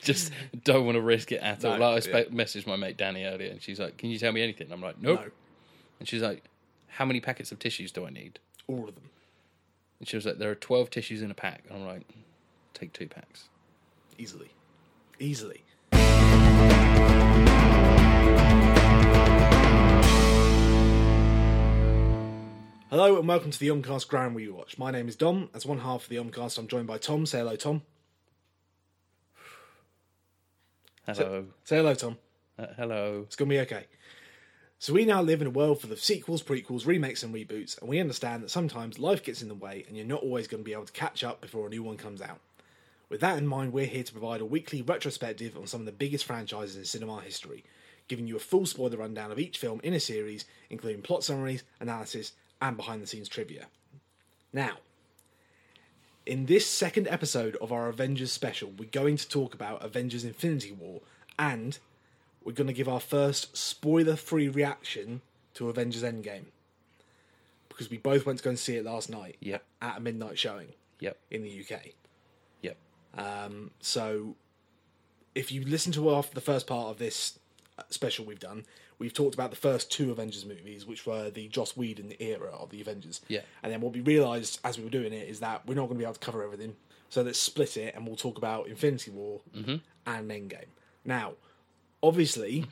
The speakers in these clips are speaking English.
just don't want to risk it at all. No, Like, I yeah. spe- messaged my mate Danny earlier, and she's like, "Can you tell me anything?" I'm like, "Nope." No, And she's like, "How many packets of tissues do I need?" all of them. And she was like, "There are twelve tissues in a pack." And I'm like, "Take two packs." Easily. Easily. Hello and welcome to the Omcast Ground Where You Watch. My name is Dom. As one half of the Omcast, I'm joined by Tom. Say hello, Tom. Hello, Say hello, Tom. Uh, hello. It's going to be okay. So we now live in a world full of sequels, prequels, remakes, and reboots, and we understand that sometimes life gets in the way and you're not always going to be able to catch up before a new one comes out. With that in mind, we're here to provide a weekly retrospective on some of the biggest franchises in cinema history, giving you a full spoiler rundown of each film in a series, including plot summaries, analysis, and behind the scenes trivia. Now, in this second episode of our Avengers special, we're going to talk about Avengers Infinity War and we're going to give our first spoiler free reaction to Avengers Endgame. Because we both went to go and see it last night Yep. at a midnight showing Yep. in the UK. Yep. So, if you listen to our, the first part of this uh, special we've done, we've talked about the first two Avengers movies, which were the Joss Whedon era of the Avengers. Yeah. And then what we realised as we were doing it is that we're not going to be able to cover everything. So let's split it and we'll talk about Infinity War and Endgame. Now, obviously,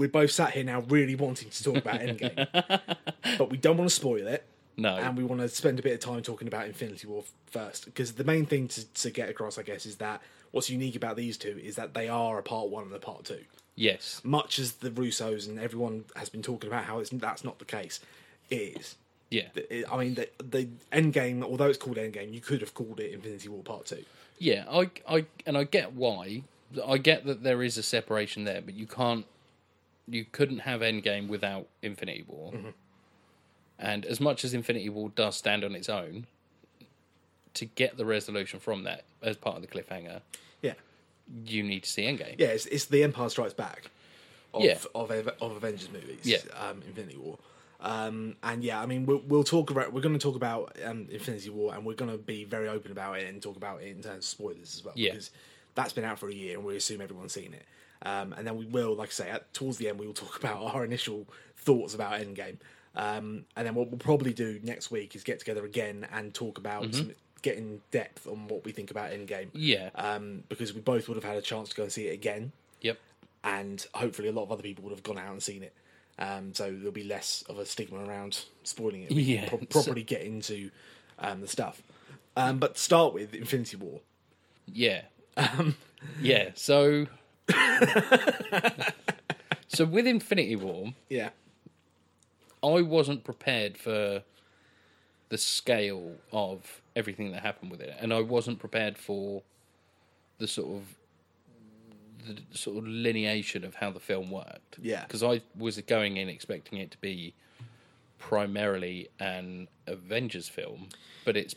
we're both sat here now really wanting to talk about Endgame, but we don't want to spoil it No. and we want to spend a bit of time talking about Infinity War f- first because the main thing to, to get across, I guess, is that what's unique about these two is that they are a part one and a part two. yes. Much as the Russos and everyone has been talking about how it's, that's not the case, it is. Yeah. It- I mean, the, the Endgame, although it's called Endgame, you could have called it Infinity War Part Two. Yeah, I, I, and I get why. I get that there is a separation there, but you can't, you couldn't have Endgame without Infinity War. And as much as Infinity War does stand on its own, to get the resolution from that as part of the cliffhanger, Yeah, you need to see Endgame. yeah, it's, it's the Empire Strikes Back of Yeah. of, Ave- of Avengers movies. Yeah. um, Infinity War. Um, and yeah, I mean, we'll, we'll talk about we're going to talk about um, Infinity War, and we're going to be very open about it and talk about it in terms of spoilers as well. Yeah. because that's been out for a year, and we assume everyone's seen it. Um, and then we will, like I say, at, towards the end, we will talk about our initial thoughts about Endgame. Um, and then what we'll probably do next week is get together again and talk about Mm-hmm. some, get in depth on what we think about Endgame. Yeah. Um, because we both would have had a chance to go and see it again Yep. and hopefully a lot of other people would have gone out and seen it. Um, so there'll be less of a stigma around spoiling it. We can Yeah, pro- so- properly get into um, the stuff. Um, but to start with Infinity War. Yeah. yeah. So. so with Infinity War, Yeah, I wasn't prepared for the scale of everything that happened with it, and I wasn't prepared for the sort of the sort of lineation of how the film worked. Yeah. because I was going in expecting it to be primarily an Avengers film, but it's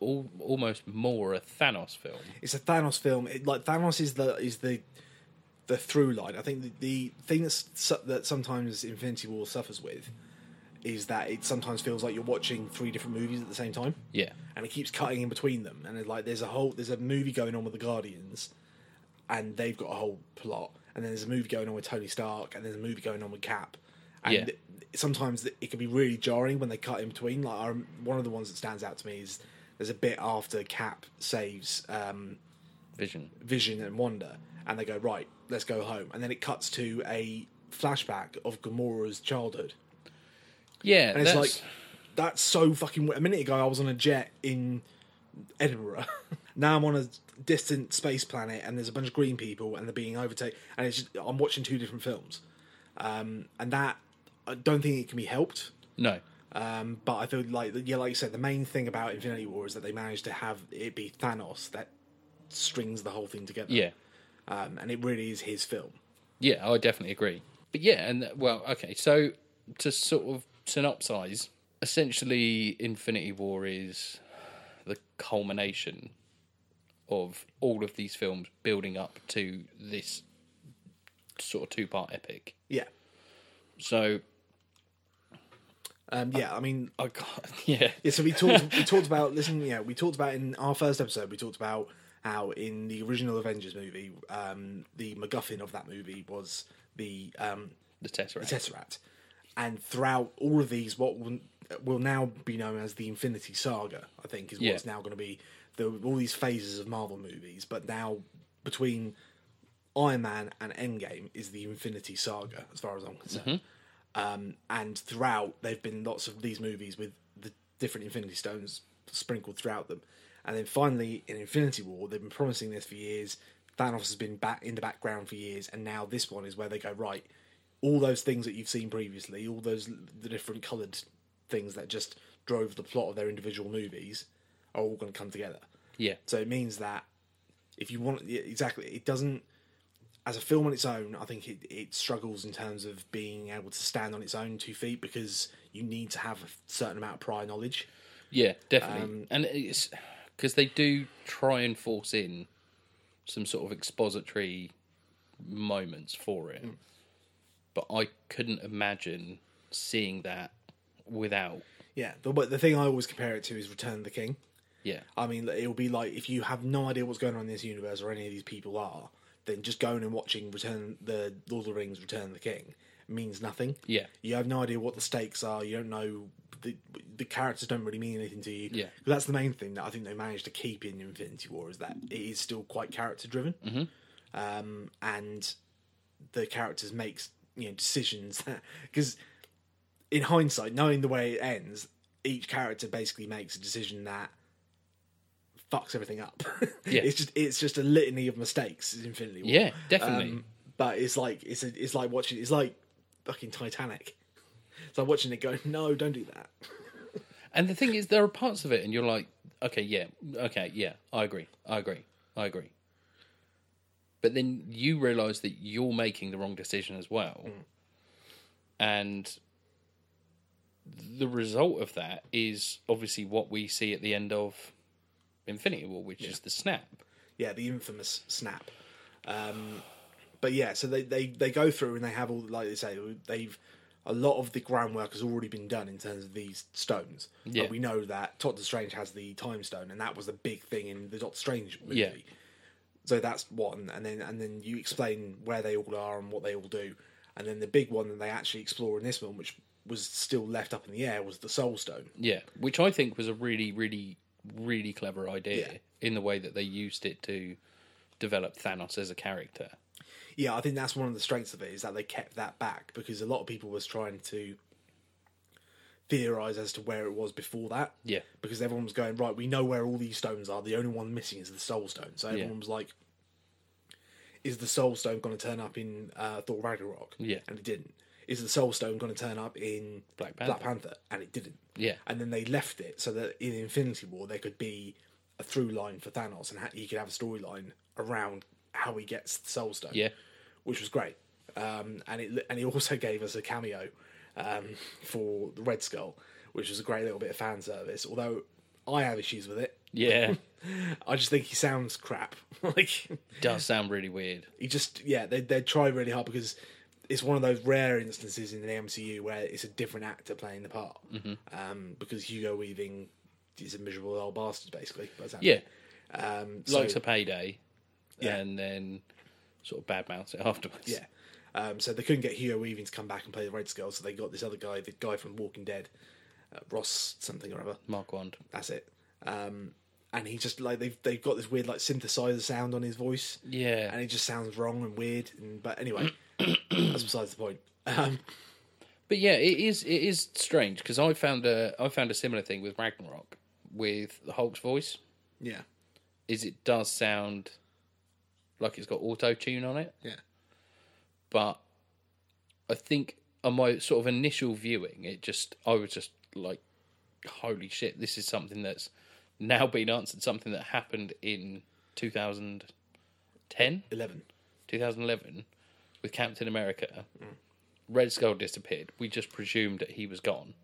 all, almost more a Thanos film. it's a Thanos film. It, like Thanos is the is the the through line. I think the, the thing that's, su- that sometimes Infinity War suffers with is that it sometimes feels like you're watching three different movies at the same time. Yeah, and it keeps cutting in between them and it's like there's a whole there's a movie going on with the guardians and they've got a whole plot and then there's a movie going on with tony stark and there's a movie going on with cap and Yeah. th- sometimes it can be really jarring when they cut in between like I, rem- one of the ones that stands out to me is there's a bit after cap saves um, Vision. vision and wanda and they go right let's go home and then it cuts to a flashback of gamora's childhood Yeah, and it's that's- like that's so fucking. weird. A minute ago, I was on a jet in Edinburgh. now I'm on a distant space planet, and there's a bunch of green people, and they're being overtaken. And it's just, I'm watching two different films, um, and that I don't think it can be helped. no, Um, but I feel like yeah, like you said, the main thing about Infinity War is that they managed to have it be Thanos that strings the whole thing together. yeah. um, and it really is his film. Yeah, I definitely agree. But yeah, and well, okay. So to sort of synopsize, essentially, Infinity War is the culmination of all of these films building up to this sort of two-part epic. Yeah, So um, yeah. I mean, I can't, yeah, Yeah, so we talked we talked about listen, yeah, we talked about in our first episode, we talked about how in the original Avengers movie, um, the MacGuffin of that movie was the um, The Tesseract. the Tesseract. And throughout all of these, what will, will now be known as the Infinity Saga, I think, is Yeah. what's now going to be the, all these phases of Marvel movies. But now, between Iron Man and Endgame, is the Infinity Saga, as far as I'm concerned. Um, and throughout, there have been lots of these movies with the different Infinity Stones sprinkled throughout them. And then finally, in Infinity War, they've been promising this for years. Thanos has been back in the background for years, and now this one is where they go right. All those things that you've seen previously, all those the different coloured things that just drove the plot of their individual movies, are all going to come together. yeah. So it means that if you want yeah, exactly, it doesn't. As a film on its own, I think it, it struggles in terms of being able to stand on its own two feet because you need to have a certain amount of prior knowledge. Yeah, definitely. and it's because they do try and force in some sort of expository moments for it. But I couldn't imagine seeing that without. Yeah, the but the thing I always compare it to is Return of the King. Yeah. I mean, it'll be like if you have no idea what's going on in this universe or any of these people are, then just going and watching Return the Lord of the Rings, Return of the King means nothing. Yeah. you have no idea what the stakes are. You don't know the the characters don't really mean anything to you. Yeah. But that's the main thing that I think they managed to keep in Infinity War is that it is still quite character driven, Mm-hmm. um, and the characters makes you know decisions because in hindsight, knowing the way it ends, each character basically makes a decision that fucks everything up. Yeah. it's just it's just a litany of mistakes. Is Infinity War. Yeah, definitely. Um, but it's like it's a, it's like watching it's like fucking Titanic. It's like watching it go. No, don't do that. And the thing is, there are parts of it, and you're like, okay, yeah, okay, yeah, I agree, I agree, I agree. But then you realise that you're making the wrong decision as well. And the result of that is obviously what we see at the end of Infinity War, which is the snap. Yeah, the infamous snap. Um, but yeah, so they, they they go through and they have all like they say they've a lot of the groundwork has already been done in terms of these stones. Like, Yeah. we know that Doctor Strange has the time stone, and that was the big thing in the Doctor Strange movie. Yeah. So that's one, and then and then you explain where they all are and what they all do, and then the big one that they actually explore in this one, which was still left up in the air, was the Soul Stone. Yeah, which I think was a really, really, really clever idea Yeah. in the way that they used it to develop Thanos as a character. yeah, I think that's one of the strengths of it is that they kept that back because a lot of people was trying to theorize as to where it was before that. Yeah. Because everyone was going right. We know where all these stones are. The only one missing is the Soul Stone. So everyone was like, "Is the Soul Stone going to turn up in uh, Thor Ragnarok?" Yeah. and it didn't. Is the Soul Stone going to turn up in Black Black Panther? And it didn't. Yeah. And then they left it so that in Infinity War there could be a through line for Thanos and ha- he could have a storyline around how he gets the Soul Stone Yeah. which was great. Um, and it and he also gave us a cameo um, for the Red Skull, which was a great little bit of fan service. Although I have issues with it, Yeah. I just think he sounds crap. like does sound really weird. he just yeah they they try really hard because it's one of those rare instances in the MCU where it's a different actor playing the part. Um, because Hugo Weaving is a miserable old bastard, basically. by the sound of Yeah, it. Um, so- likes a payday, Yeah. and then sort of badmouths it afterwards. Yeah. Um, so they couldn't get Hugo Weaving to come back and play the Red Skull, so they got this other guy, the guy from Walking Dead, uh, Ross something or other. Mark Wand. That's it. Um, and he just like they've they've got this weird like synthesizer sound on his voice, Yeah, and it just sounds wrong and weird. And but anyway, that's besides the point. Um, but yeah, it is it is strange because I found a I found a similar thing with Ragnarok with the Hulk's voice. yeah, Is it does sound like it's got auto tune on it, yeah, but I think on my sort of initial viewing, it just I was just like, holy shit, this is something that's now been answered. Something that happened in two thousand ten. eleven. 2011 with Captain America, Red Skull disappeared. We just presumed that he was gone,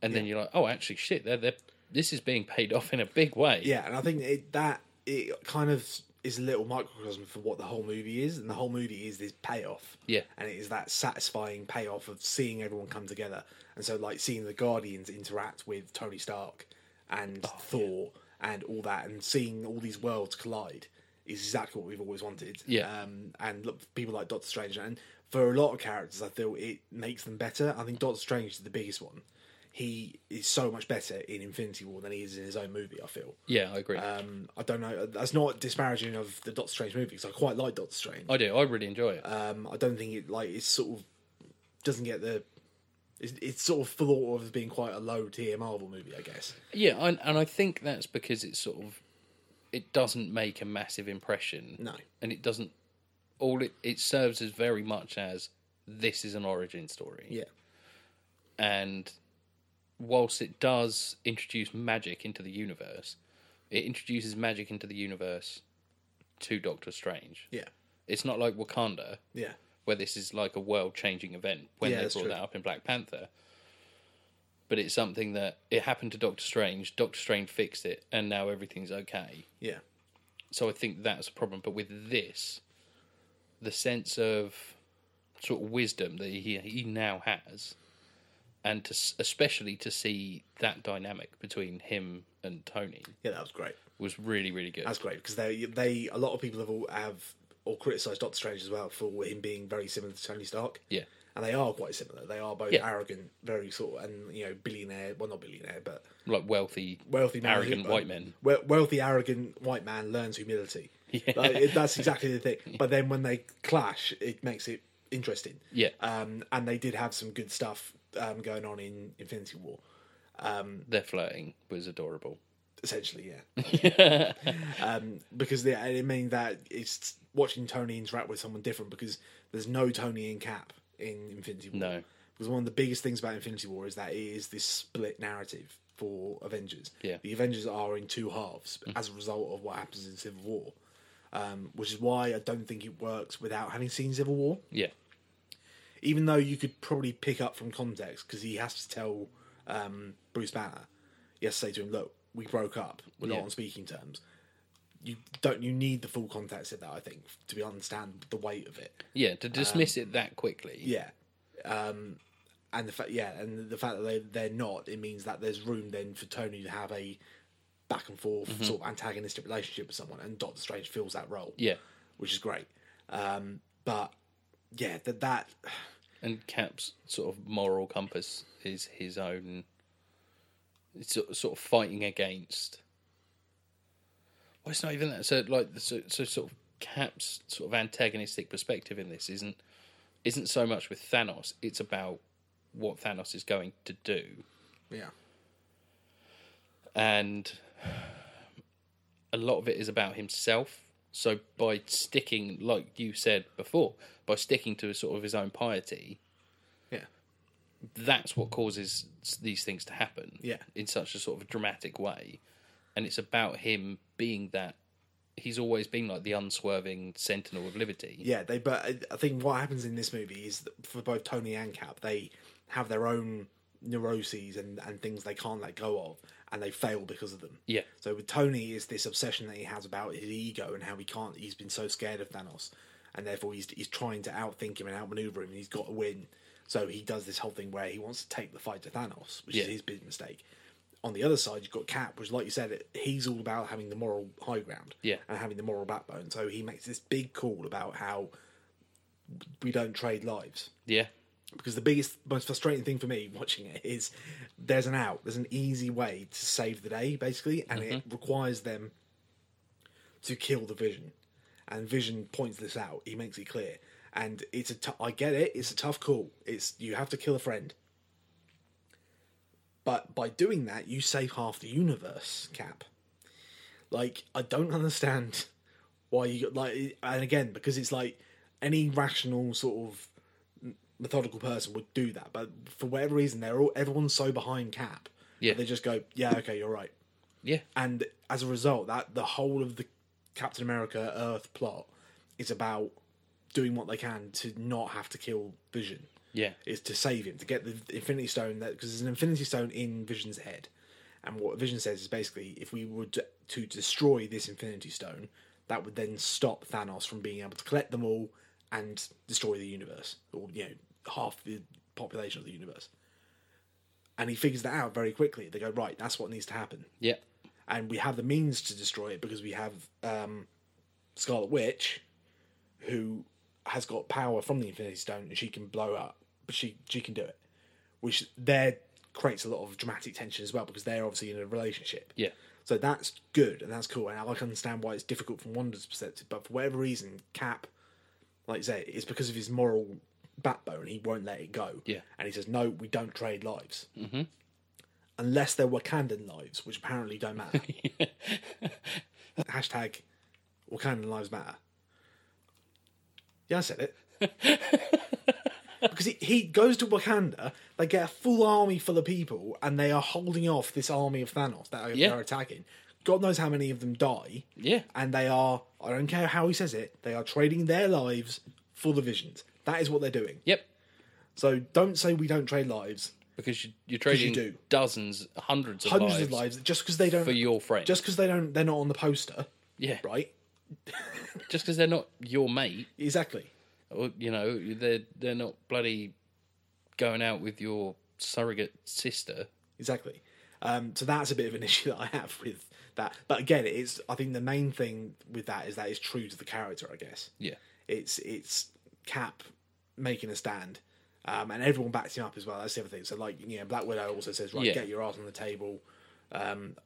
and then you're like, oh, actually, shit, they're, they're, this is being paid off in a big way. Yeah, and I think it, that it kind of is a little microcosm for what the whole movie is, and the whole movie is this payoff. Yeah. and it is that satisfying payoff of seeing everyone come Oh, together, and so like seeing the Guardians interact with Tony Stark and Thor and all that, and seeing all these worlds collide is exactly what we've always wanted. Yeah. Um, and look, people like Doctor Strange, and for a lot of characters, I feel it makes them better. I think Doctor Strange is the biggest one. He is so much better in Infinity War than he is in his own movie. I feel. Yeah, I agree. Um, I don't know. That's not disparaging of the Doctor Strange movie because I quite like Doctor Strange. I do. I really enjoy it. Um, I don't think it like it's sort of doesn't get the. It's, it's sort of thought of as being quite a low tier Marvel movie, I guess. yeah, and, and I think that's because it's sort of it doesn't make a massive impression. No. and it doesn't. All it it serves as very much as this is an origin story. Yeah. and whilst it does introduce magic into the universe, it introduces magic into the universe to Doctor Strange. Yeah. It's not like Wakanda, Yeah. where this is like a world changing event when Yeah, they that's brought true. that up in Black Panther. But it's something that it happened to Doctor Strange, Doctor Strange fixed it, and now everything's okay. Yeah. So I think that's a problem. But with this, the sense of sort of wisdom that he he now has, and to s- especially to see that dynamic between him and Tony Yeah. That was great. was really really good. That's great because they they a lot of people have all have all criticised Doctor Strange as well for him being very similar to Tony Stark. yeah, And they are quite similar. They are both Yeah. arrogant, very sort of, and you know, billionaire. Well, not billionaire, but like wealthy, wealthy man arrogant who- uh, white men. we- wealthy arrogant white man learns humility Like, it- that's exactly the thing but then when they clash it makes it interesting Yeah. um, and they did have some good stuff um, going on in infinity war Their flirting was adorable. essentially yeah um, because they, i mean that it's watching tony interact with someone different because there's no tony in cap in infinity war No. because one of the biggest things about infinity war is that it is this split narrative for avengers Yeah. Mm. the avengers are in two halves as a result of what happens in civil war um, which is why i don't think it works without having seen civil war Yeah, even though you could probably pick up from context because he has to tell um, Bruce Banner, he has to say to him, "Look, we broke up. We're Yeah. not on speaking terms." You don't. You need the full context of that, I think, to be understand the weight of it. yeah. To dismiss it that quickly. Yeah, um, and the fact, yeah, and the fact that they they're not, it means that there's room then for Tony to have a back and forth sort of antagonistic relationship with someone, and Doctor Strange fills that role, yeah. which is great. Um, but yeah, that that And Cap's sort of moral compass is his own. It's sort sort of fighting against. Well, it's not even that. So, like, so, so sort of Cap's sort of antagonistic perspective in this isn't isn't so much with Thanos. It's about what Thanos is going to do, yeah, and a lot of it is about himself. So, by sticking, like you said before, by sticking to sort of his own piety, yeah. that's what causes s- these things to happen Yeah. in such a sort of dramatic way and it's about him being that he's always been like the unswerving sentinel of liberty Yeah, they. But I- I think what happens in this movie is that for both Tony and Cap, they have their own neuroses and and things they can't let go of, and they fail because of them. yeah So with Tony, is this obsession that he has about his ego and how he can't. He's been so scared of Thanos, and therefore he's he's trying to outthink him and outmaneuver him, and he's got to win. So he does this whole thing where he wants to take the fight to Thanos, which Yeah. is his big mistake. On the other side, you've got Cap, which, like you said, he's all about having the moral high ground Yeah. and having the moral backbone. So he makes this big call about how we don't trade lives yeah because the biggest, most frustrating thing for me watching it is there's an out, there's an easy way to save the day, basically, and it requires them to kill the Vision. And Vision points this out. He makes it clear, and it's a. T- I get it. It's a tough call. It's you have to kill a friend. But by doing that, you save half the universe, Cap. Like I don't understand why you got like, and again because it's like any rational sort of methodical person would do that, but for whatever reason, they're all everyone's so behind Cap. Yeah. that they just go, yeah, okay, you're right. yeah And as a result, that the whole of the Captain America Earth plot is about doing what they can to not have to kill Vision yeah is to save him to get the Infinity Stone that because there's an Infinity Stone in Vision's head, and what Vision says is basically if we were to, to destroy this Infinity Stone, that would then stop Thanos from being able to collect them all and destroy the universe or you know half the population of the universe. And he figures that out very quickly. They go right, that's what needs to happen, yeah and we have the means to destroy it because we have um, Scarlet Witch, who has got power from the Infinity Stone and she can blow up, but she she can do it, which there creates a lot of dramatic tension as well because they're obviously in a relationship. Yeah. So that's good and that's cool, and I can understand why it's difficult from Wanda's perspective. But for whatever reason, Cap, like you say, it's because of his moral backbone. He won't let it go. Yeah. and he says, "No, we don't trade lives." Mm-hmm. Unless they're Wakandan lives, which apparently don't matter. Hashtag Wakandan lives matter. Yeah, I said it. because he, he goes to Wakanda, they get a full army full of people, and they are holding off this army of Thanos that are, Yeah. they're attacking. God knows how many of them die, Yeah. and they are, I don't care how he says it, they are trading their lives for the visions. That is what they're doing. Yep. So don't say we don't trade lives. Because you, you're trading do. dozens, hundreds of Hundreds lives of lives, just because they don't, for your friend. just because they don't, they're not on the poster, yeah. right? Just because they're not your mate, Exactly. or you know, they're they're not bloody going out with your surrogate sister. exactly. Um, so that's a bit of an issue that I have with that. But again, it's I think the main thing with that is that it's true to the character. I guess Yeah. it's it's Cap making a stand, um, and everyone backs him up as well. That's the other thing. So like you know, Black Widow also says, right, Yeah. get your ass on the table. Um,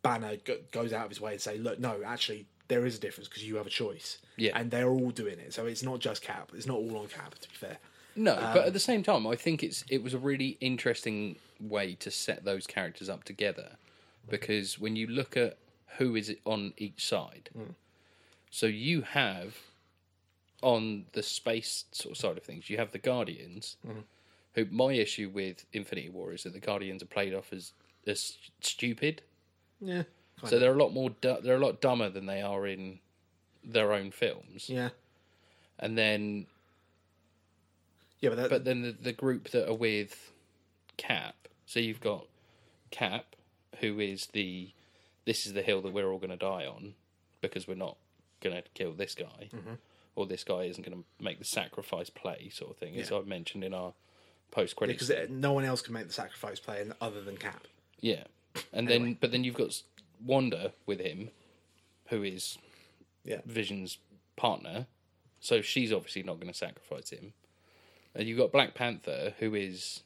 Banner go- goes out of his way to say, look, no, actually, there is a difference because you have a choice. Yeah. and they're all doing it. So it's not just Cap. It's not all on Cap. To be fair. No, but at the same time, I think it's it was a really interesting way to set those characters up together, because when you look at who is on each side, so you have on the space sort of side of things, you have the Guardians, who my issue with Infinity War is that the Guardians are played off as as stupid, Yeah. so they're a lot more du- they're a lot dumber than they are in their own films, Yeah. and then Yeah, but, that, but then the, the group that are with Cap. So you've got Cap, who is the this is the hill that we're all going to die on because we're not going to kill this guy, or this guy isn't going to make the sacrifice play sort of thing, as I mentioned in our post credits. because no one else can make the sacrifice play and- other than Cap. Yeah, and then but then you've got S- Wanda with him, who is Yeah. Vision's partner, so she's obviously not going to sacrifice him. And you've got Black Panther, who is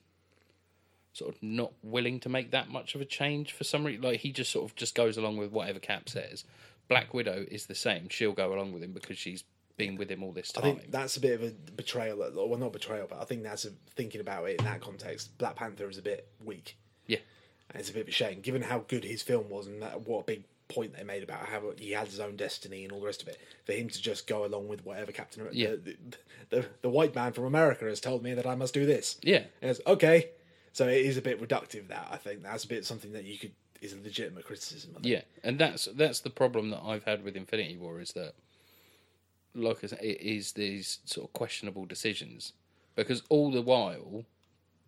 sort of not willing to make that much of a change for some reason. Like he just sort of just goes along with whatever Cap says. Black Widow is the same; she'll go along with him because she's been with him all this I time. think that's a bit of a betrayal. at- Well, not betrayal, but I think that's a, thinking about it in that context. Black Panther is a bit weak, yeah, and it's a bit of a shame given how good his film was and that, what a big point they made about how he had his own destiny and all the rest of it. For him to just go along with whatever Captain America, Yeah. the, the, the, the white man from America has told me that I must do this. yeah, And it's okay. So it is a bit reductive. That I think that's a bit something that you could is a legitimate criticism. I think. yeah. And that's that's the problem that I've had with Infinity War is that, like I said, it is these sort of questionable decisions because all the while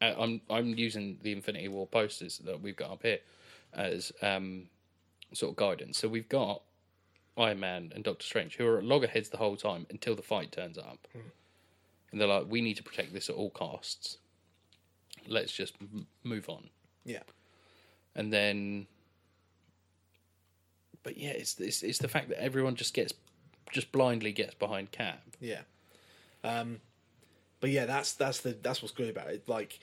uh, I'm I'm using the Infinity War posters that we've got up here as um, sort of guidance. So we've got Iron Man and Doctor Strange who are at loggerheads the whole time until the fight turns up, and they're like, "We need to protect this at all costs. Let's just m- move on." yeah. and then but yeah it's, it's it's the fact that everyone just gets just blindly gets behind cap Yeah. Um, but yeah, that's that's the that's what's good about it. Like,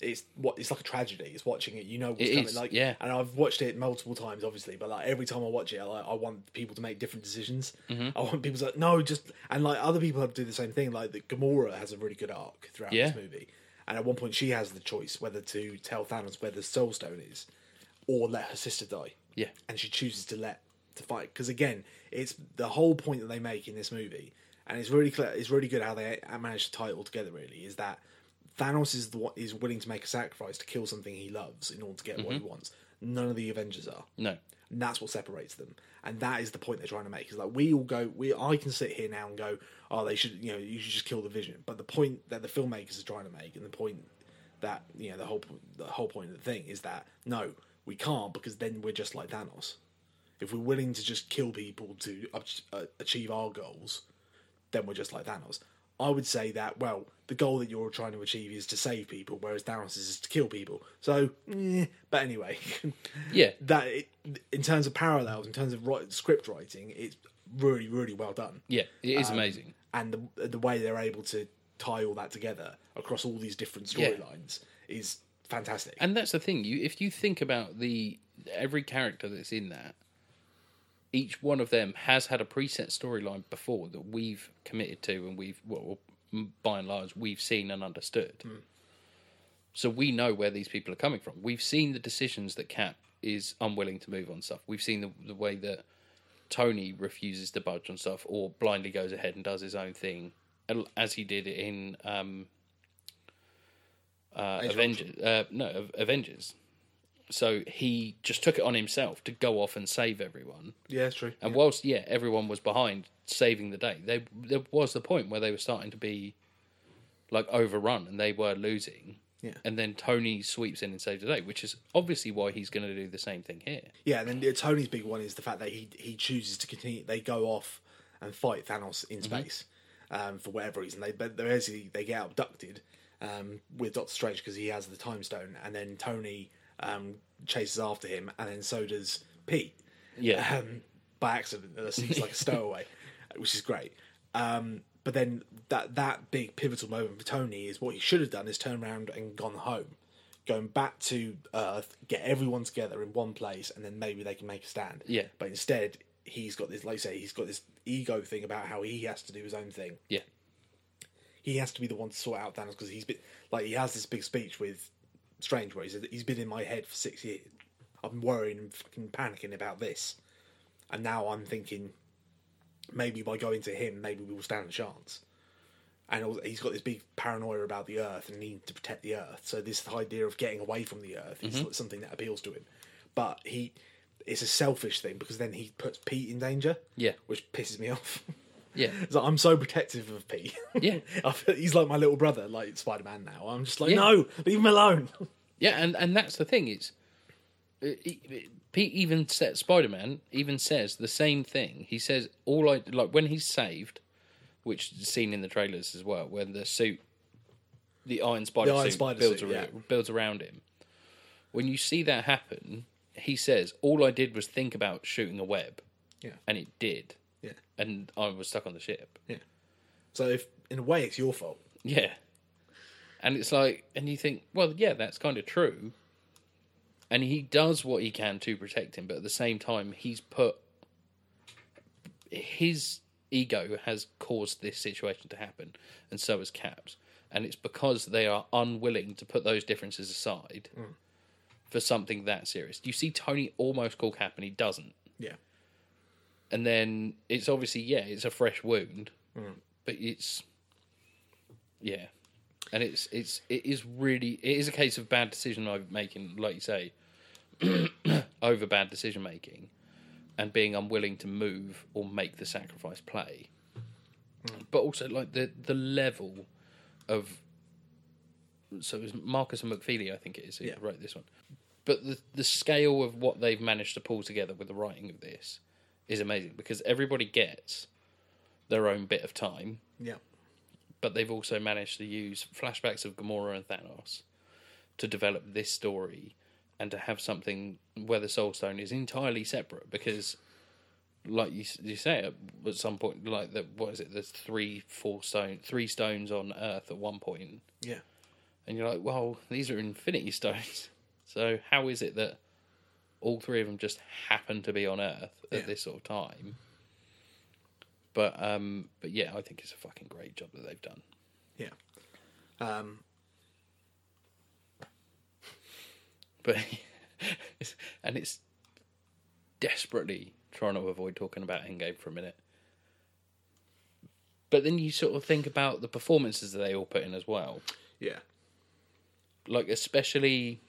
it's what it's like a tragedy. It's watching it. You know what's It coming. is, like, yeah. And I've watched it multiple times, obviously. But like every time I watch it, I, like, I want people to make different decisions. Mm-hmm. I want people to no, just and like other people have to do the same thing. Like the Gamora has a really good arc throughout Yeah. this movie, and at one point she has the choice whether to tell Thanos where the Soul Stone is, or let her sister die yeah and she chooses to let to fight because again it's the whole point that they make in this movie and it's really clear it's really good how they managed to tie it all together really is that thanos is the one is willing to make a sacrifice to kill something he loves in order to get what he wants none of the avengers are no and that's what separates them and that is the point they're trying to make is like we all go we i can sit here now and go oh they should you know you should just kill the vision but the point that the filmmakers are trying to make and the point that you know the whole the whole point of the thing is that no we can't because then we're just like thanos if we're willing to just kill people to ab- uh, achieve our goals then we're just like thanos I would say that, well, the goal that you're trying to achieve is to save people, whereas Thanos is to kill people. So, eh, but anyway, Yeah, that it, in terms of parallels, in terms of write, script writing, it's really, really well done. yeah, it is amazing. And the, the way they're able to tie all that together across all these different storylines is fantastic. And that's the thing. You, if you think about the every character that's in that, each one of them has had a preset storyline before that we've committed to, and we've well, m- by and large, we've seen and understood. So we know where these people are coming from. We've seen the decisions that Cap is unwilling to move on stuff. We've seen the, the way that Tony refuses to budge on stuff, or blindly goes ahead and does his own thing, and- as he did in um, uh, Avengers. Uh, no, Av- Avengers. So he just took it on himself to go off and save everyone. yeah, it's true. And whilst yeah, everyone was behind saving the day, they there was the point where they were starting to be like overrun and they were losing. Yeah. And then Tony sweeps in and saves the day, which is obviously why he's going to do the same thing here. Yeah, and then uh, Tony's big one is the fact that he he chooses to continue. They go off and fight Thanos in Mm-hmm. space um, for whatever reason. They but they basically they get abducted um, with Doctor Strange because he has the time stone, and then Tony um, chases after him, and then so does Pete Yeah. um, by accident. That seems like a stowaway, which is great. Um, but then that that big pivotal moment for Tony is what he should have done is turn around and gone home, going back to Earth, get everyone together in one place, and then maybe they can make a stand. Yeah. But instead, he's got this, like you say, he's got this ego thing about how he has to do his own thing. yeah. He has to be the one to sort out Thanos because he's been like he has this big speech with Strange where he said he's been in my head for six years. I've been worrying and fucking panicking about this and now I'm thinking maybe by going to him, maybe we will stand a chance. And al- he's got this big paranoia about the Earth and needing to protect the Earth. So this idea of getting away from the Earth is Mm-hmm. something that appeals to him. But he, it's a selfish thing because then he puts Pete in danger. Yeah. which pisses me off. Yeah. It's like, I'm so protective of Pete. Yeah. I feel- he's like my little brother, like Spider Man. Now I'm just like, Yeah. no, leave him alone. Yeah, and, and that's the thing is, it- it- Pete even said Spider Man even says the same thing. He says all I like when he's saved, which is seen in the trailers as well, when the suit, the Iron Spider The Iron suit Spider builds suit, ar- builds around him. When you see that happen, he says all I did was think about shooting a web, Yeah. and it did, yeah, and I was stuck on the ship. yeah. So if in a way it's your fault. Yeah. And it's like, and you think, well, yeah, that's kind of true. And he does what he can to protect him, but at the same time, he's put his ego has caused this situation to happen, and so has Cap's. And it's because they are unwilling to put those differences aside for something that serious. You see Tony almost call Cap, and he doesn't Yeah. and then it's obviously yeah, it's a fresh wound, but it's yeah, and it's it's it is really it is a case of bad decision mo- making, like you say, over bad decision making, and being unwilling to move or make the sacrifice play, but also like the the level of so it was Marcus and McFeely, I think it is, who Yeah. wrote this one. But the the scale of what they've managed to pull together with the writing of this is amazing because everybody gets their own bit of time, Yeah. but they've also managed to use flashbacks of Gamora and Thanos to develop this story and to have something where the Soul Stone is entirely separate because, like you, s- you say at- at some point, like the, what is it? There's three, four stone, three stones on Earth at one point, Yeah. and you're like, well, these are Infinity Stones, so how is it that all three of them just happen to be on Earth at Yeah. this sort of time? But um, but yeah, I think it's a fucking great job that they've done. Yeah. Um, but it's, and it's desperately trying to avoid talking about Endgame for a minute. But then you sort of think about the performances that they all put in as well, yeah. like especially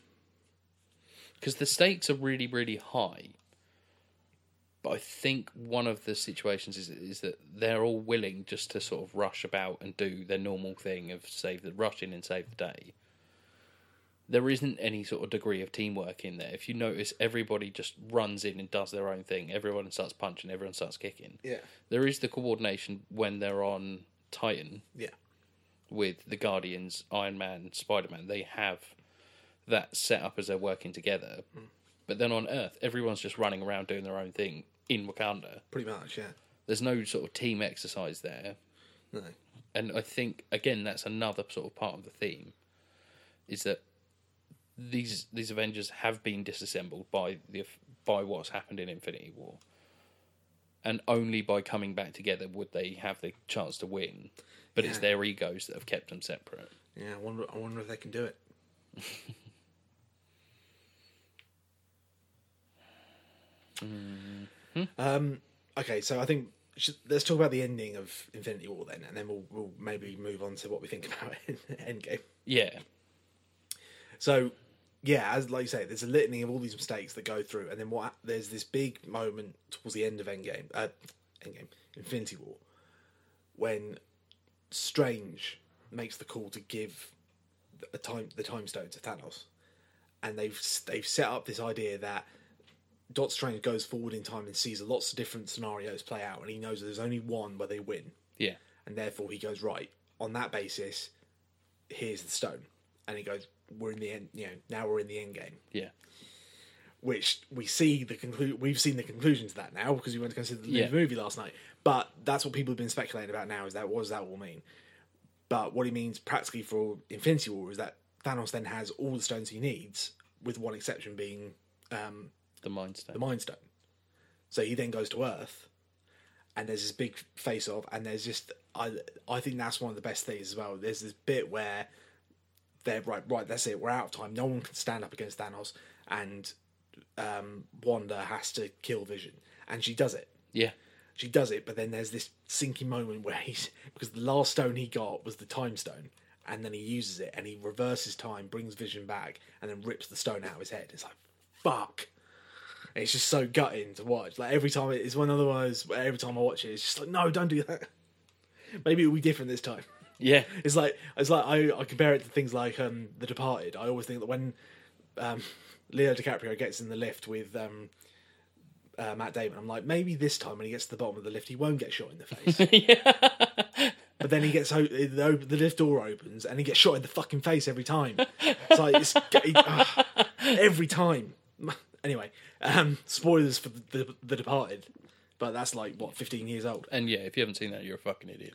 because the stakes are really, really high. But I think one of the situations is is that they're all willing just to sort of rush about and do their normal thing of save the rush in and save the day. There isn't any sort of degree of teamwork in there. If you notice, everybody just runs in and does their own thing. Everyone starts punching. Everyone starts kicking. Yeah. There is the coordination when they're on Titan Yeah. with the Guardians, Iron Man, Spider Man, they have that set up as they're working together. But then on Earth, everyone's just running around doing their own thing in Wakanda. Pretty much, yeah. There's no sort of team exercise there. No. And I think again that's another sort of part of the theme is that these these Avengers have been disassembled by the by what's happened in Infinity War. And only by coming back together would they have the chance to win. But it's Yeah. their egos that have kept them separate. Yeah, I wonder I wonder if they can do it. Um okay, so I think sh- let's talk about the ending of Infinity War then and then we'll, we'll maybe move on to what we think about Endgame. Yeah. So, yeah, as like you say, there's a litany of all these mistakes that go through, and then what? There's this big moment towards the end of Endgame, uh, Endgame, Infinity War, when Strange makes the call to give a time the time stone to Thanos, and they've they've set up this idea that. Dot Strange goes forward in time and sees lots of different scenarios play out, and he knows that there's only one where they win Yeah. and therefore he goes right on that basis here's the stone and he goes we're in the end you know now we're in the end game Yeah. which we see the conclu- we've seen the conclusion to that now because we went to consider the Yeah. movie last night but that's what people have been speculating about now is that what does that all mean but what it means practically for infinity war is that thanos then has all the stones he needs with one exception being um, The Mind Stone. the Mind Stone. So he then goes to Earth, and there's this big face off, and there's just I I think that's one of the best things as well. There's this bit where they're right, right. That's it. We're out of time. No one can stand up against Thanos, and um, Wanda has to kill Vision, and she does it. yeah. She does it, but then there's this sinking moment where he's because the last stone he got was the time stone, and then he uses it and he reverses time, brings Vision back, and then rips the stone out of his head. It's like fuck. And it's just so gutting to watch. Like every time, it's one of those. where Every time I watch it, it's just like no, don't do that. Maybe it'll be different this time. Yeah. It's like it's like I, I compare it to things like um, The Departed. I always think that when um, Leo DiCaprio gets in the lift with um, uh, Matt Damon, I'm like maybe this time when he gets to the bottom of the lift, he won't get shot in the face. But then he gets ho- the, op- the lift door opens and he gets shot in the fucking face every time. It's like it's, g- ah, every time. Anyway, um, spoilers for the, the, the Departed, but that's like what 15 years old. And yeah, if you haven't seen that, you're a fucking idiot.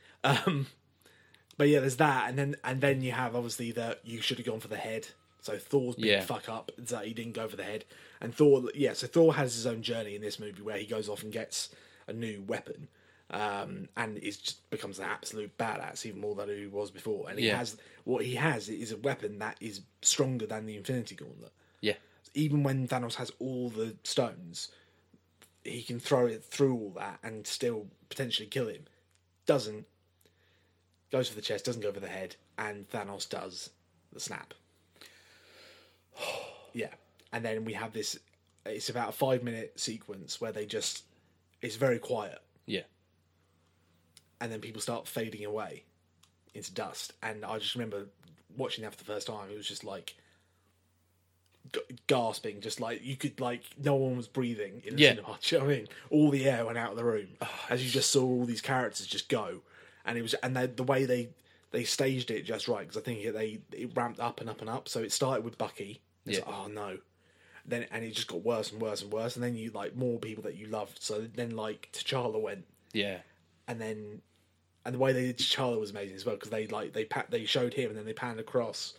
But yeah, there's that, and then and then you have obviously that you should have gone for the head. So Thor's big Yeah. fuck up is that he didn't go for the head, and Thor yeah, so Thor has his own journey in this movie where he goes off and gets a new weapon, um, and is just becomes an absolute badass even more than he was before, and he Yeah. has what he has is a weapon that is stronger than the Infinity Gauntlet. Yeah. Even when Thanos has all the stones, he can throw it through all that and still potentially kill him. Doesn't. Goes for the chest, doesn't go for the head, and Thanos does the snap. yeah. And then we have this it's about a five minute sequence where they just it's very quiet Yeah. and then people start fading away into dust. And I just remember watching that for the first time. It was just like g- gasping, just like you could like no one was breathing in the Yeah. Oh, cinema. Do you know what I mean? All the air went out of the room as you just saw all these characters just go, and it was and they, the way they they staged it just right because I think they it ramped up and up and up. So it started with Bucky. It's Yeah. like, oh no. Then and it just got worse and worse and worse, and then you like more people that you loved. So then like T'Challa went, Yeah. and then and the way they did T'Challa was amazing as well because they like they pa- they showed him and then they panned across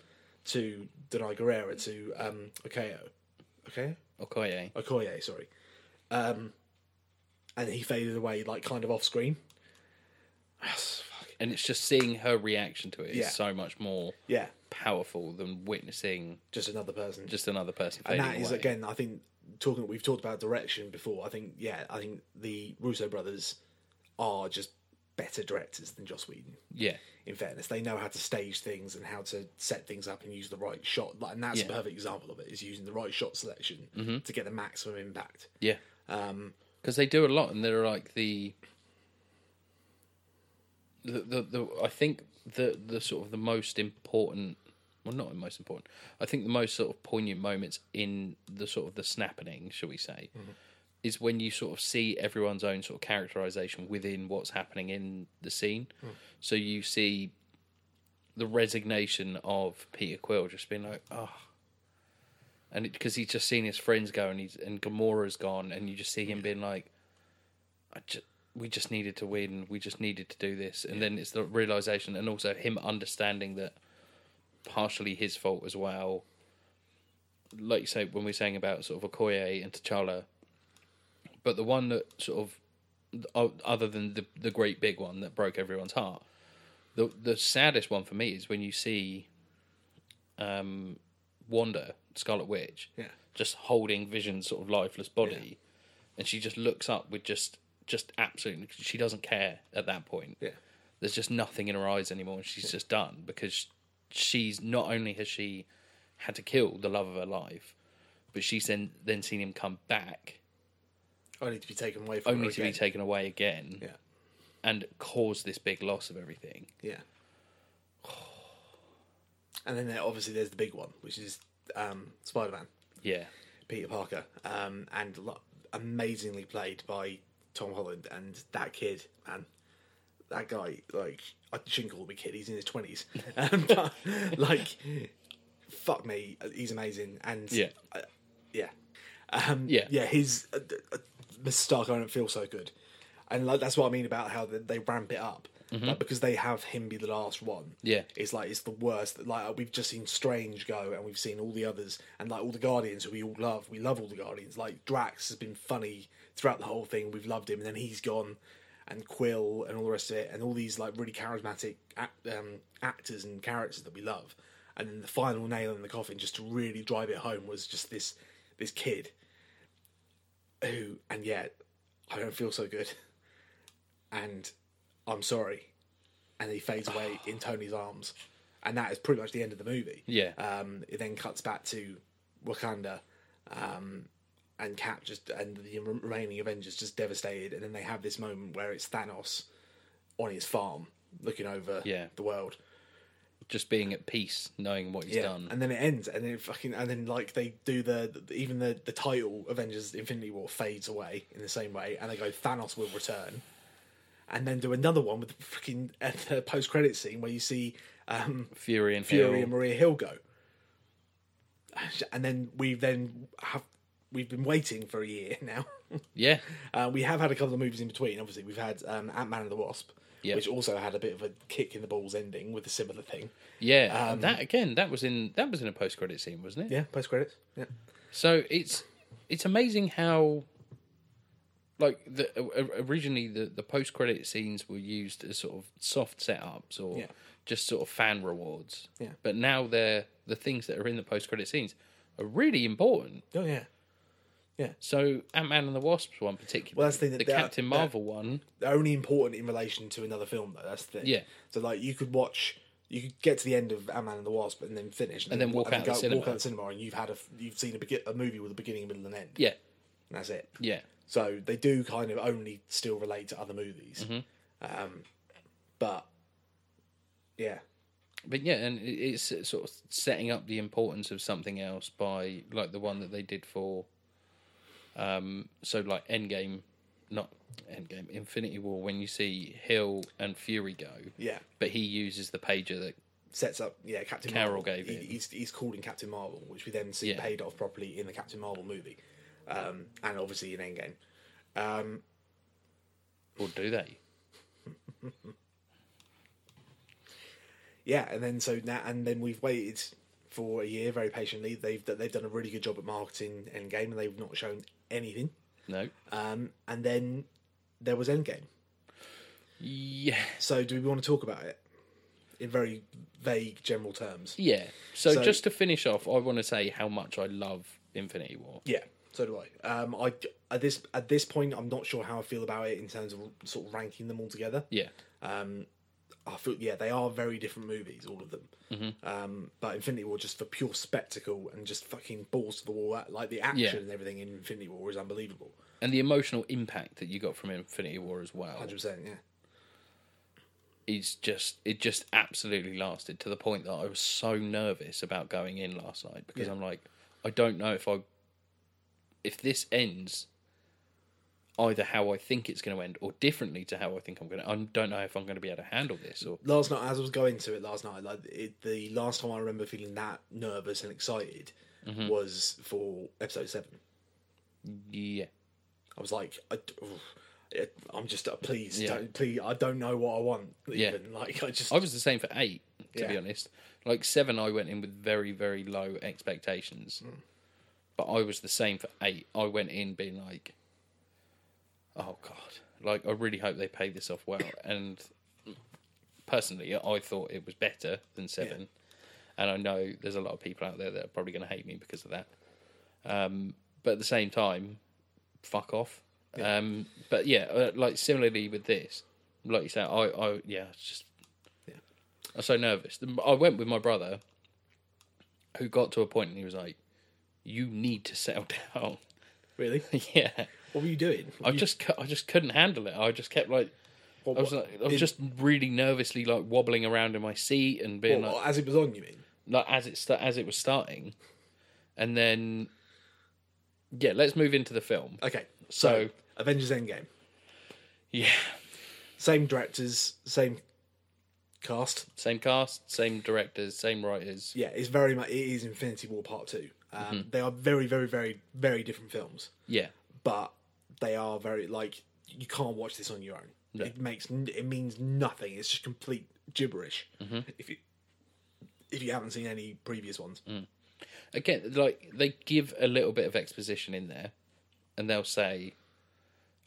to Denai Guerrera to um Okeo, okay Okoye. Okoye sorry, um, and he faded away like kind of off screen. And it's just seeing her reaction to it is Yeah. so much more Yeah, powerful than witnessing just another person. just another person and fading that is away. again, I think talking we've talked about direction before. I think yeah, I think the Russo brothers are just better directors than Joss Whedon. Yeah. in fairness they know how to stage things and how to set things up and use the right shot Like, and that's a Yeah. Mm-hmm. perfect example of it is using the right shot selection to get the maximum impact Yeah. um because they do a lot, and they're like the, the, the, the I think the the sort of the most important, well, not the most important. I think the most sort of poignant moments in the sort of the snapping, shall we say, is when you sort of see everyone's own sort of characterization within what's happening in the scene. So you see the resignation of Peter Quill just being like, oh. And because he's just seen his friends go and he's and Gamora's gone, and you just see him being like, I just, we just needed to win. We just needed to do this. And then it's the realization, and also him understanding that partially his fault as well. Like you say, when we we're saying about sort of Okoye and T'Challa, but the one that sort of, o- other than the the great big one that broke everyone's heart, the the saddest one for me is when you see, um, Wanda Scarlet Witch, Yeah. just holding Vision's sort of lifeless body, and she just looks up with just just absolutely she doesn't care at that point. Yeah. There's just nothing in her eyes anymore, and she's just done because she's not only has she had to kill the love of her life, but she's then then seen him come back Only to be taken away from only her to be again. taken away again Yeah. and cause this big loss of everything. Yeah. And then there, obviously there's the big one, which is um, Spider Man, Yeah. Peter Parker, um, and lo- amazingly played by Tom Holland. And that kid, man, that guy, like, I shouldn't call him a kid, he's in his 20s. Um, but, like, fuck me, he's amazing. And Yeah. uh, yeah. Um, Yeah. yeah, his uh, uh, Mr. Stark, I don't feel so good, and like that's what I mean about how they, they ramp it up, like, because they have him be the last one. Yeah. it's like it's the worst. Like uh, we've just seen Strange go, and we've seen all the others, and like all the Guardians who we all love. We love all the Guardians. Like Drax has been funny throughout the whole thing. We've loved him, and then he's gone, and Quill, and all the rest of it, and all these like really charismatic act, um, actors and characters that we love. And then the final nail in the coffin, just to really drive it home, was just this this kid who and yet I don't feel so good and I'm sorry and he fades away in Tony's arms and that is pretty much the end of the movie Yeah. um, it then cuts back to Wakanda um, and Cap just and the re- remaining Avengers just devastated and then they have this moment where it's Thanos on his farm looking over Yeah. the world Just being at peace, knowing what he's done. and then it ends, and then it fucking, and then like they do the the- even the the title Avengers Infinity War fades away in the same way, and they go Thanos will return, and then do another one with the fucking at the post credit scene where you see um, Fury and Fury Hill. and Maria Hill go, and then we then have we've been waiting for a year now. Yeah. Uh, we have had a couple of movies in between. Obviously, we've had um, Ant Man and the Wasp, Yeah. which also had a bit of a kick in the balls ending with a similar thing. Yeah. Um, that again, that was in that was in a post credit scene, wasn't it? Yeah, post credits. Yeah. So it's it's amazing how like the o- originally the, the post credit scenes were used as sort of soft setups or Yeah. just sort of fan rewards. Yeah. But now they're the things that are in the post credit scenes are really important. Oh yeah. So Ant Man and the Wasps one particularly. Well, that's the thing that- the that- Captain that- Marvel one. they're only important in relation to another film though. That's the thing. Yeah. So like you could watch, you could get to the end of Ant Man and the Wasp and then finish, and, then walk out the cinema. walk out the cinema, and you've had a you've seen a, begi- a movie with a beginning, middle, and end. Yeah, And that's it. yeah, So they do kind of only still relate to other movies, um, Mm-hmm. but yeah, but yeah, and it- it's sort of setting up the importance of something else by like the one that they did for, um, so like Endgame, not Endgame, Infinity War. When you see Hill and Fury go, yeah. but he uses the pager that sets up yeah Captain Carol Marvel. gave he, him. he's he's called in Captain Marvel, which we then see Yeah. paid off properly in the Captain Marvel movie, um, and obviously in Endgame. will do that. yeah, and then so now and then we've waited for a year very patiently. They've they've done a really good job at marketing Endgame, and they've not shown anything. No, Um, and then there was Endgame. yeah, So do we want to talk about it in very vague general terms? yeah. So, So- just to finish off, I want to say how much I love Infinity War. Yeah, so do I. Um, I at this at this point, I'm not sure how I feel about it in terms of sort of ranking them all together. Yeah, I feel yeah, they are very different movies, all of them. Mm-hmm. Um, but Infinity War just for pure spectacle and just fucking balls to the wall, like the action Yeah. and everything in Infinity War is unbelievable. and the emotional impact that you got from Infinity War as well. Hundred percent, yeah, is just it just absolutely lasted to the point that I was so nervous about going in last night because I'm like I don't know if I if this ends either how I think it's going to end or differently to how I think I'm going to. I don't know if I'm going to be able to handle this or last night as I was going to it last night, like it, the last time I remember feeling that nervous and excited Mm-hmm. was for episode seven. yeah. I was like, I, oof, it- I'm just uh, please Yeah. don't please I don't know what I want. Yeah. Even like I just I was the same for eight, to be Yeah. honest. Like seven, I went in with very, very low expectations. But I was the same for eight. I went in being like, oh God, like I really hope they pay this off well. And personally, I thought it was better than seven. And I know there's a lot of people out there that are probably going to hate me because of that. Um, but at the same time, fuck off. Um, but yeah, uh, like similarly with this, like you said, I, I yeah, it's just I was so nervous. I went with my brother, who got to a point and he was like, "You need to settle down." really. yeah, What were you doing? I just cou- I just couldn't handle it. I just kept like What- I was what- like I was in- just really nervously like wobbling around in my seat and being what- like, as it was on, you mean? like as it sta- as it was starting, and then yeah, let's move into the film. Okay, so, So- Avengers Endgame, Yeah, same directors, same cast. same cast, same directors, same writers. Yeah, it's very much it is Infinity War Part Two. Um, They are very, very, very, very different films, Yeah, but they are very like you can't watch this on your own. It makes n- it means nothing. It's just complete gibberish. If you if you haven't seen any previous ones, again, like they give a little bit of exposition in there, and they'll say,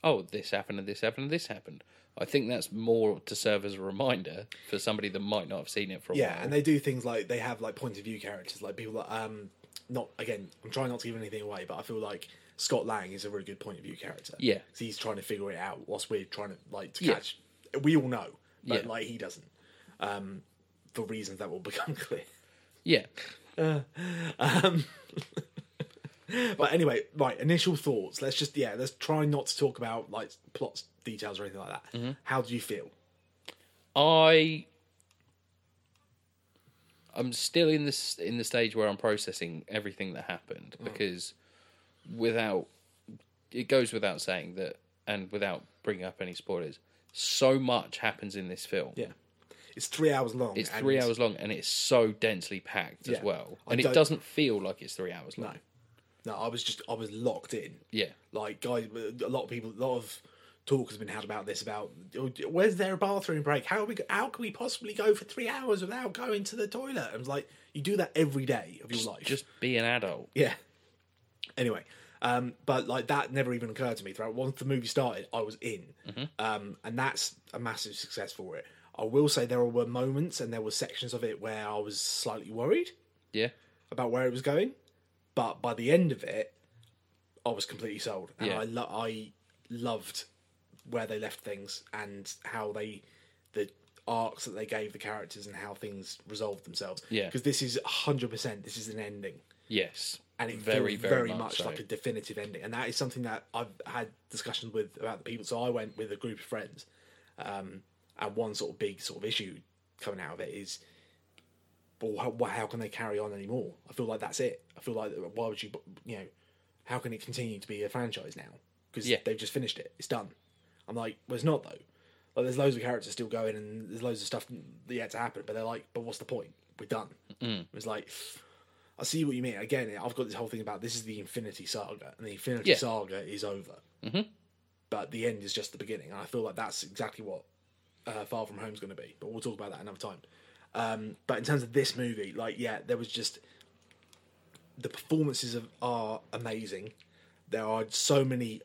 "Oh, this happened, and this happened, and this happened." I think that's more to serve as a reminder for somebody that might not have seen it for a yeah, while. and they do things like they have like point of view characters, like people that um not again. I'm trying not to give anything away, but I feel like Scott Lang is a really good point of view character. Yeah. 'Cause he's trying to figure it out whilst we're trying to like to Yeah. catch. We all know, but Yeah. like he doesn't, um, for reasons that will become clear. yeah, But anyway, right, initial thoughts. Let's just yeah, let's try not to talk about like plots, details, or anything like that. Mm-hmm. How do you feel? I I'm still in this in the stage where I'm processing everything that happened because without it goes without saying that and without bringing up any spoilers so much happens in this film Yeah, it's three hours long. it's and- three hours long and it's so densely packed Yeah. as well I and it don't- doesn't feel like it's three hours long No, no, I was just I was locked in. yeah Like, guys, a lot of people, a lot of talk has been had about this. About "Oh, where's there a bathroom break? How are we? How can we possibly go for three hours without going to the toilet? And like, you do that every day of your life. just be an adult yeah. Anyway, um, but like that never even occurred to me throughout. Once the movie started, I was in, um, and that's a massive success for it. I will say there were moments and there were sections of it where I was slightly worried yeah about where it was going, but by the end of it, I was completely sold, and Yeah. I lo- I loved where they left things and how they the arcs that they gave the characters and how things resolved themselves. Yeah. because this is hundred percent. This is an ending, yes and it Very, feels very very much much, so. like a definitive ending, and that is something that I've had discussions with about the people. So I went with a group of friends, um, and one sort of big sort of issue coming out of it is well, how, wh- how can they carry on anymore? I feel like that's it. I feel like why would you, b- you know, how can it continue to be a franchise now? Because Yeah. they've just finished it. It's done. I'm like, well, it's not though. Like, there's loads of characters still going, and there's loads of stuff yet to happen. But they're like, but what's the point? We're done. Mm. It's like, I see what you mean. Again, I've got this whole thing about this is the Infinity Saga, and the Infinity Yeah. Saga is over. Mm-hmm. But the end is just the beginning, and I feel like that's exactly what uh, Far From Home's going to be. But we'll talk about that another time. Um, but in terms of this movie, like, yeah, there was just the performances of, are amazing. There are so many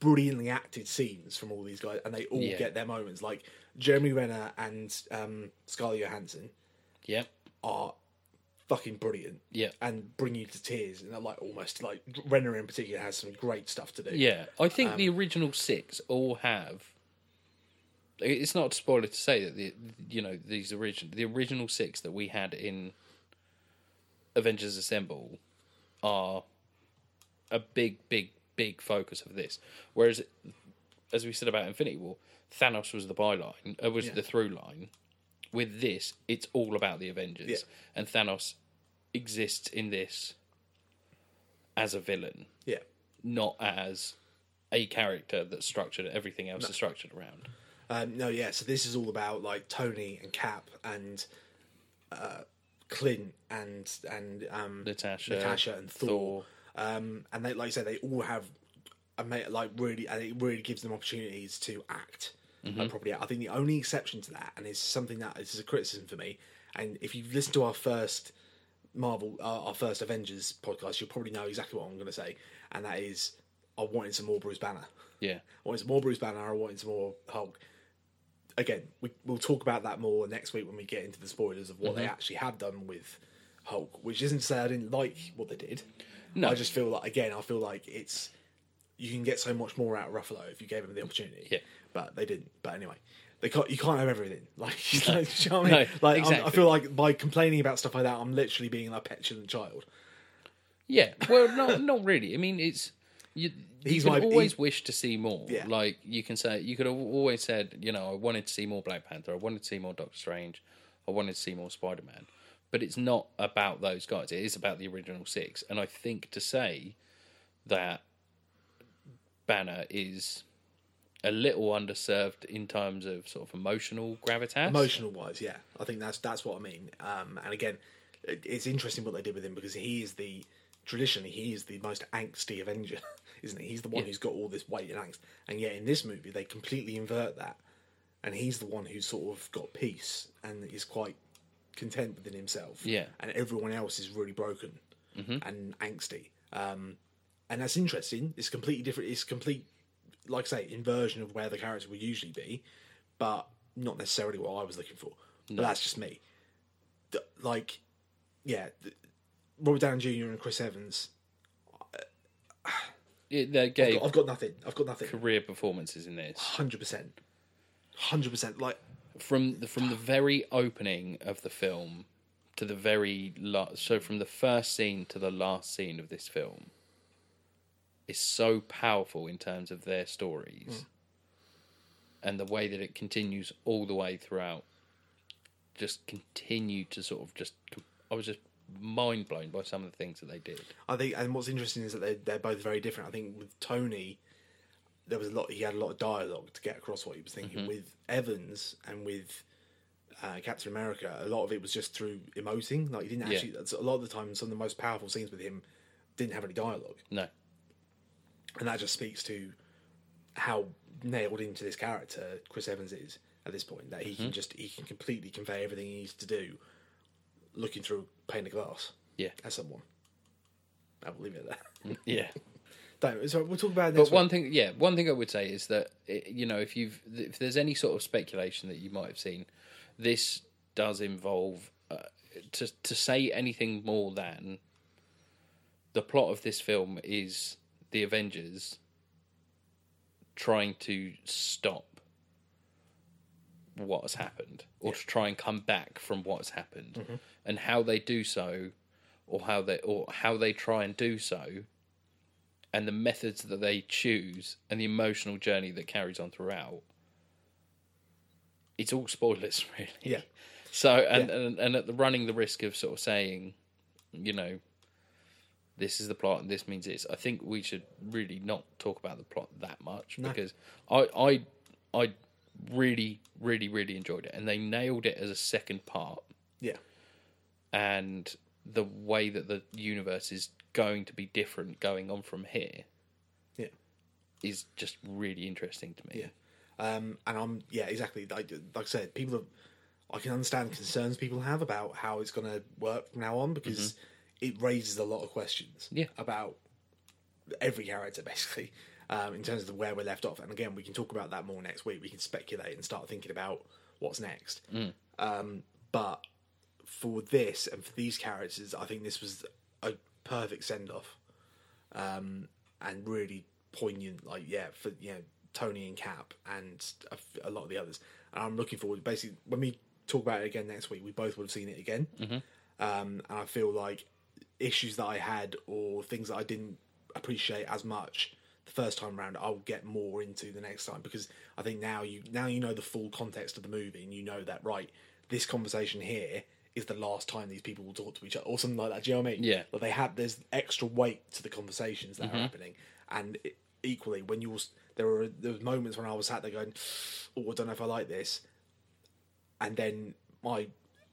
brilliantly acted scenes from all these guys, and they all Yeah. get their moments. Like Jeremy Renner and um, Scarlett Johansson yeah are fucking brilliant yeah and bring you to tears. And like almost like Renner in particular has some great stuff to do. Yeah, I think the original six all have. It's not a spoiler to say that the you know these original the original six that we had in Avengers Assemble are a big, big, big focus of this. Whereas, as we said about Infinity War, Thanos was the byline, uh, was the through line. With this, it's all about the Avengers, Yeah. and Thanos exists in this as a villain yeah, not as a character that's structured. Everything else is structured around. Um, no, yeah. So this is all about like Tony and Cap and uh, Clint and and um, Natasha, Natasha and Thor. Um, and they, like I said, they all have a ma- like really, and it really gives them opportunities to act like, properly. I think the only exception to that, and it's something that this is a criticism for me. And if you have listened to our first Marvel, uh, our first Avengers podcast, you'll probably know exactly what I'm going to say, and that is, I wanted some more Bruce Banner. Yeah, I wanted some more Bruce Banner. I wanted some more Hulk. Again, we, we'll talk about that more next week when we get into the spoilers of what Mm-hmm. they actually have done with Hulk, which isn't to say I didn't like what they did. No. I just feel like, again, I feel like it's. You can get so much more out of Ruffalo if you gave him the opportunity. Yeah. But they didn't. But anyway. They can't, you can't have everything. Like, like, do you know what I No, mean? like I'm- I exactly. feel like by complaining about stuff like that, I'm literally being a petulant child. yeah. Well, not not really. I mean, it's you. He's He's you my- can he- always wish to see more. Yeah. Like you can say, you could have always said, you know, I wanted to see more Black Panther. I wanted to see more Doctor Strange. I wanted to see more Spider Man. But it's not about those guys. It is about the original six. And I think to say that Banner is a little underserved in terms of sort of emotional gravitas. emotional wise yeah i think that's that's what i mean um and again it, it's interesting what they did with him because he is the traditionally he is the most angsty avenger isn't he he's the one who's got all this weight and angst and yet in this movie they completely invert that and he's the one who's sort of got peace and is quite content within himself Yeah. and everyone else is really broken and angsty um and that's interesting it's completely different it's complete like I say, inversion of where the character would usually be, but not necessarily what I was looking for. But that's just me. Th- like, yeah, th- Robert Downey Jr. and Chris Evans. It- They gave I've got nothing. I've got nothing. career performances in this. Hundred percent. Hundred percent. Like, from the, from the very opening of the film to the very last so from the first scene to the last scene of this film is so powerful in terms of their stories and the way that it continues all the way throughout just continue to sort of just i was just mind blown by some of the things that they did I think, and what's interesting is that they're, they're both very different. I think with Tony, there was a lot. He had a lot of dialogue to get across what he was thinking. With Evans and with uh, Captain America, a lot of it was just through emoting. Like he didn't Yeah. actually. that's A lot of the time, some of the most powerful scenes with him didn't have any dialogue, no and that just speaks to how nailed into this character Chris Evans is at this point. That he can just he can completely convey everything he needs to do, looking through a pane of glass yeah at someone. I will leave it at that. yeah Don't. So we'll talk about it next But one thing, yeah, one thing I would say is that eh, you know if you've if there's any sort of speculation that you might have seen, this does involve uh, to to say anything more than the plot of this film is the Avengers trying to stop what has happened or to try and come back from what has happened and how they do so or how they or how they try and do so and the methods that they choose and the emotional journey that carries on throughout it's all spoilers really Yeah. so and and, and at the running the risk of sort of saying you know this is the plot and this means it's i think we should really not talk about the plot that much because i i i really really really enjoyed it and they nailed it as a second part Yeah. and the way that the universe is going to be different going on from here Yeah. is just really interesting to me. Yeah. Um, and I'm yeah exactly like like I said people have I can understand concerns people have about how it's going to work from now on because it raises a lot of questions Mm-hmm. Yeah. about every character basically um, in terms of where we're left off and again we can talk about that more next week we can speculate and start thinking about what's next Mm. um, but for this and for these characters I think this was a perfect send off and really poignant. Like yeah, for you know Tony and Cap and a, f- a lot of the others. And I'm looking forward. Basically, when we talk about it again next week, we both would have seen it again. Um, and I feel like issues that I had or things that I didn't appreciate as much the first time round, I'll get more into the next time because I think now you now you know the full context of the movie and you know that right. This conversation here is the last time these people will talk to each other or something like that. Do you know what I mean? Yeah. But they had there's extra weight to the conversations that are happening, and it, equally when you was there were there was moments when I was sat there going, "Oh, I don't know if I like this," and then my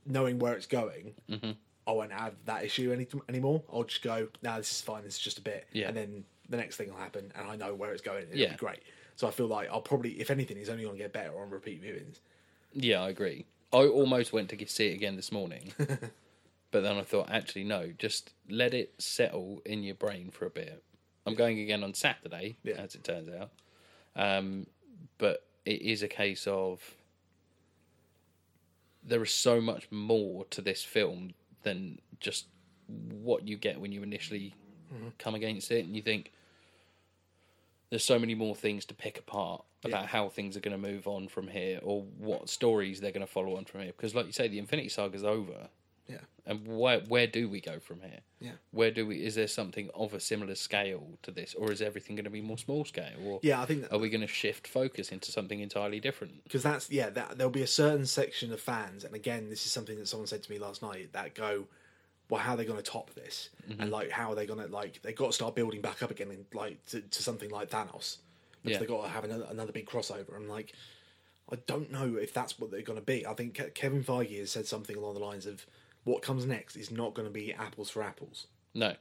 knowing where it's going, Mm-hmm. I won't have that issue any anymore. I'll just go, "No, this is fine. This is just a bit," Yeah. and then the next thing will happen, and I know where it's going. and It'll Yeah. be great. So I feel like I'll probably, if anything, it's only going to get better on repeat viewings. Yeah, I agree. I almost went to g- see it again this morning, but then I thought, actually, no, just let it settle in your brain for a bit. I'm going again on Saturday, Yeah. as it turns out. Um, but it is a case of there is so much more to this film than just what you get when you initially come against it, and you think there's so many more things to pick apart about how things are going to move on from here or what stories they're going to follow on from here. Because, like you say, the Infinity Saga's over, Yeah, and where where do we go from here? yeah, Where do we? Is there something of a similar scale to this, or is everything going to be more small scale? Or yeah. I think that, are we going to shift focus into something entirely different? because that's yeah that, there'll be a certain section of fans and again this is something that someone said to me last night that go well how are they going to top this and like how are they going to like they've got to start building back up again and like to, to something like thanos because Yeah. they've got to have another, another big crossover i'm like i don't know if that's what they're going to be i think Ke- kevin feige has said something along the lines of what comes next is not going to be apples for apples No,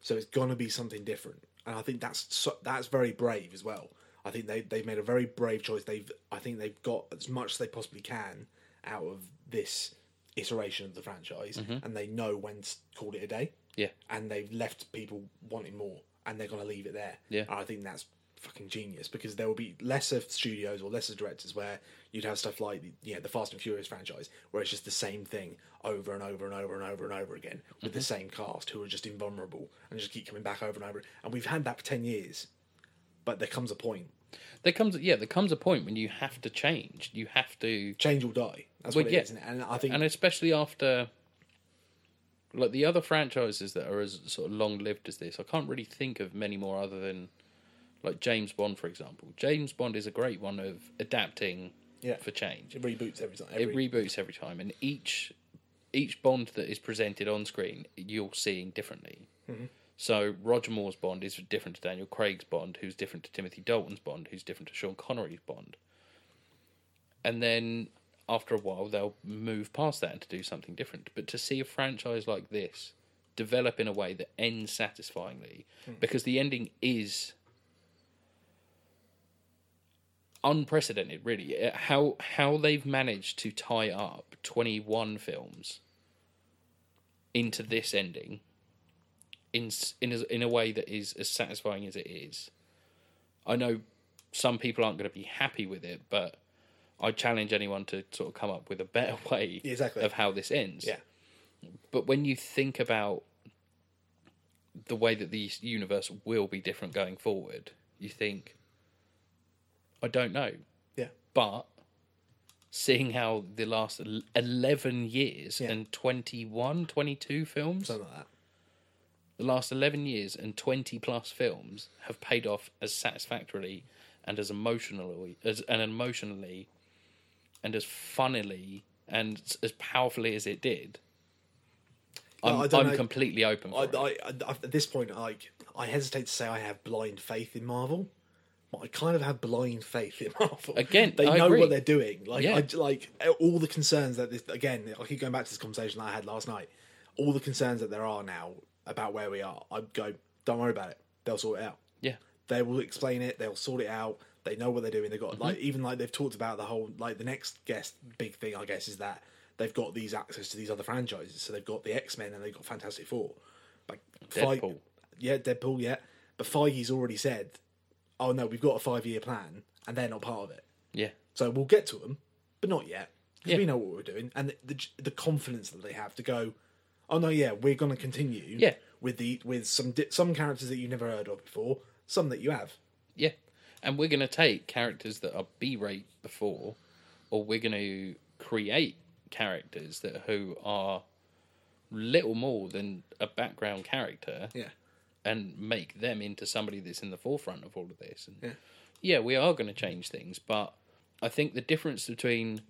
so it's gonna be something different, and I think that's so, that's very brave as well. I think they they've made a very brave choice. They've I think they've got as much as they possibly can out of this iteration of the franchise, and they know when to call it a day, yeah, and they've left people wanting more, and they're gonna leave it there. Yeah. and I think that's fucking genius because there will be lesser studios or lesser directors where you'd have stuff like the, you know, the Fast and Furious franchise where it's just the same thing over and over and over and over and over again with Mm-hmm. the same cast who are just invulnerable and just keep coming back over and over and we've had that for 10 years but there comes a point there comes yeah there comes a point when you have to change. You have to change or die that's Well, what it yeah. is, and- and I think and especially after like the other franchises that are as sort of long lived as this i can't really think of many more other than like james bond for example james bond is a great one of adapting Yeah. for change it reboots every time it every, reboots every time and each each bond that is presented on screen you're seeing differently so roger moore's bond is different to daniel craig's bond who's different to timothy dalton's bond who's different to sean connery's bond and then after a while they'll move past that and to do something different but to see a franchise like this develop in a way that ends satisfyingly because the ending is unprecedented really Uh, how how they've managed to tie up 21 films into this ending in s- in a, in a way that is as satisfying as it is i know some people aren't going to be happy with it but i challenge anyone to sort of come up with a better way Yeah, exactly. of how this ends yeah but when you think about the way that the universe will be different going forward, you think, I don't know. yeah But seeing how the last el- 11 years Yeah. and 21, 22 films, something like that the last 11 years and 20 plus films have paid off as satisfactorily and as emotionally as and emotionally and as funnily and s- as powerfully as it did. Well, I'm, I don't I'm know. completely open. For I, it. I, I, at this point, like I hesitate to say I have blind faith in Marvel, but I kind of have blind faith in Marvel. Again, they I know agree. what they're doing. Like, Yeah. I, like all the concerns that this again, I keep going back to this conversation that I had last night. All the concerns that there are now about where we are, I go, don't worry about it. They'll sort it out yeah. they will explain it they'll sort it out they know what they're doing they've got like even like they've talked about the whole like the next guest big thing i guess is that they've got these access to these other franchises so they've got the x-men and they've got fantastic four like Feig- Deadpool. yeah deadpool yeah but feige's already said oh no we've got a five-year plan and they're not part of it Yeah. so we'll get to them, but not yet. 'Cause Yeah. We know what we're doing, and the, the confidence that they have to go. Oh no, yeah, we're going to continue. Yeah. with the with some di- some characters that you've never heard of before, some that you have. Yeah. And we're going to take characters that are B rate before, or we're going to create characters that who are little more than a background character Yeah, and make them into somebody that's in the forefront of all of this. And Yeah. yeah, we are going to change things, but I think the difference between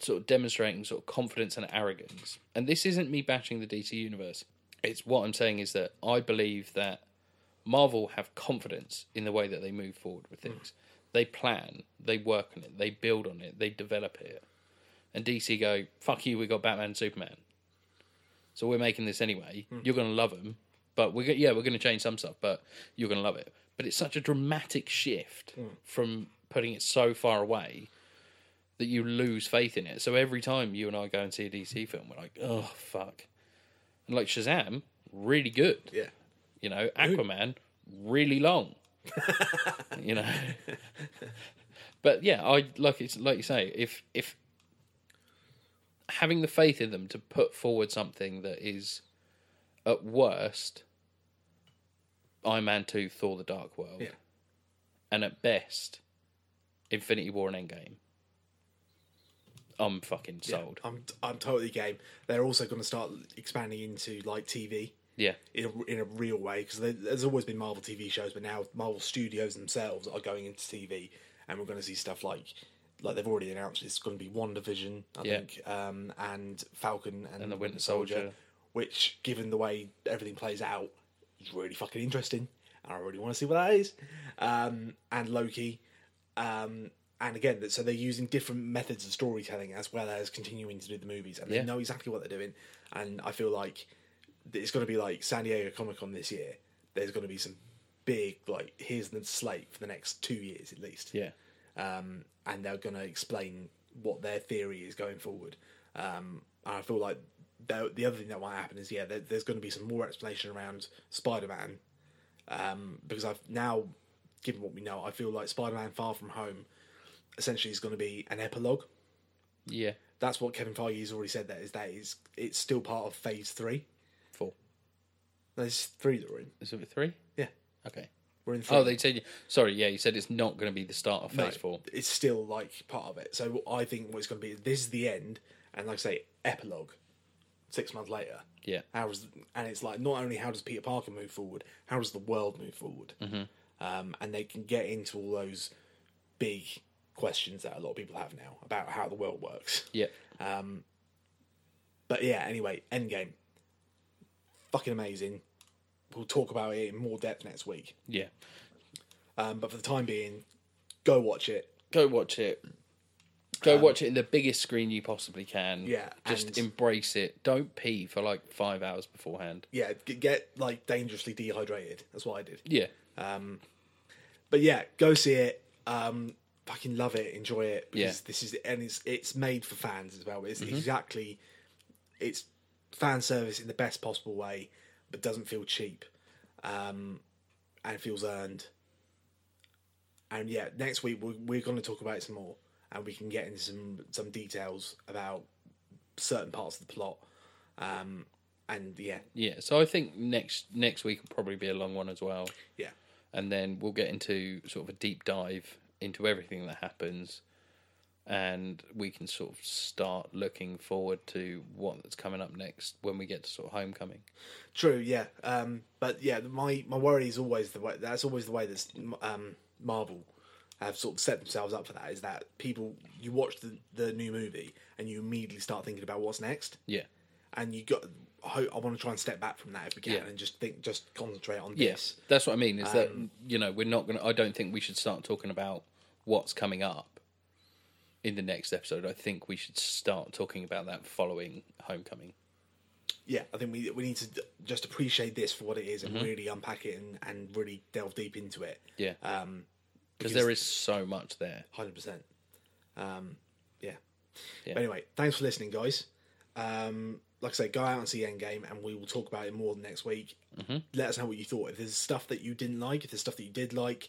sort of demonstrating sort of confidence and arrogance, and this isn't me bashing the DC universe. It's what I'm saying is that I believe that Marvel have confidence in the way that they move forward with things. They plan, they work on it, they build on it, they develop it. And DC go, fuck you, we got Batman and Superman. So we're making this anyway. You're going to love them, but we're going yeah, we're going to change some stuff, but you're going to love it. But it's such a dramatic shift from putting it so far away that you lose faith in it. So every time you and I go and see a DC film, we're like, oh fuck. And like Shazam, really good. Yeah. You know, Aquaman, really long. you know, but yeah, I like it's like you say, if if having the faith in them to put forward something that is at worst Iron Man two, Thor: The Dark World, Yeah. and at best Infinity War and Endgame, I'm fucking sold. I'm I'm totally game. They're also going to start expanding into like TV Yeah, in a, in a real way because there's always been Marvel TV shows, but now Marvel Studios themselves are going into TV, and we're going to see stuff like like they've already announced it's going to be Wonder Vision, I Yeah. think, um, and Falcon and, the Winter Soldier. which given the way everything plays out, is really fucking interesting, and I really want to see what that is, um, and Loki. Um, and again, that- so they're using different methods of storytelling as well as continuing to do the movies, and they Yeah. know exactly what they're doing. And I feel like that it's going to be like San Diego Comic Con this year. There's going to be some big like here's the slate for the next two years at least, yeah. um, and they're going to explain what their theory is going forward. Um, and I feel like the the other thing that might happen is yeah, there, there's going to be some more explanation around Spider Man um, because I've now, given what we know, I feel like Spider Man Far From Home essentially is going to be an epilogue. Yeah, That's what Kevin Feige's already said. That is that is it's still part of Phase Three. four. There's three that we're in. Is it three? Yeah, Okay. we're in. Three. Oh, they said. Sorry, yeah, you said it's not going to be the start of No, Phase Four. It's still like part of it. So I think what it's going to be this is the end, and like I say, epilogue. Six months later, Yeah, how does and it's like not only how does Peter Parker move forward, how does the world move forward? Um, and they can get into all those big questions that a lot of people have now about how the world works. yeah, But yeah, anyway, Endgame, fucking amazing. We'll talk about it in more depth next week. yeah. Um, but for the time being, go watch it. Go watch it. Go watch it in the biggest screen you possibly can. Um, Yeah, just and- embrace it. Don't pee for like five hours beforehand. Yeah, g- get like dangerously dehydrated. That's what I did. Yeah, but yeah, go see it. Um, fucking love it, enjoy it because Yeah. this is and it's it's made for fans as well. It's exactly it's fan service in the best possible way, but doesn't feel cheap, um, and feels earned. And yeah, next week we're, we're going to talk about it some more, and we can get into some some details about certain parts of the plot. Um, and yeah, yeah. So I think next next week will probably be a long one as well, yeah, and then we'll get into sort of a deep dive into everything that happens, and we can sort of start looking forward to what that's coming up next when we get to sort of homecoming. True, yeah. Um, but yeah, my, my worry is always the way that's always the way that um, Marvel have sort of set themselves up for that is that people you watch the, the new movie and you immediately start thinking about what's next, Yeah, and you got I, hope, I want to try and step back from that if we can Yeah. and just think just concentrate on Yes, this. that's what I mean. Is that Um, you know we're not gonna. I don't think we should start talking about what's coming up in the next episode. I think we should start talking about that following Homecoming. Yeah, I think we we need to d- just appreciate this for what it is and Mm-hmm. really unpack it and, and really delve deep into it. Yeah, Um, because there is so much there. Hundred percent. Um, yeah. Yeah. But anyway, thanks for listening, guys. Um, like I say, go out and see Endgame, and we will talk about it more next week. Mm-hmm. Let us know what you thought. If there's stuff that you didn't like, if there's stuff that you did like,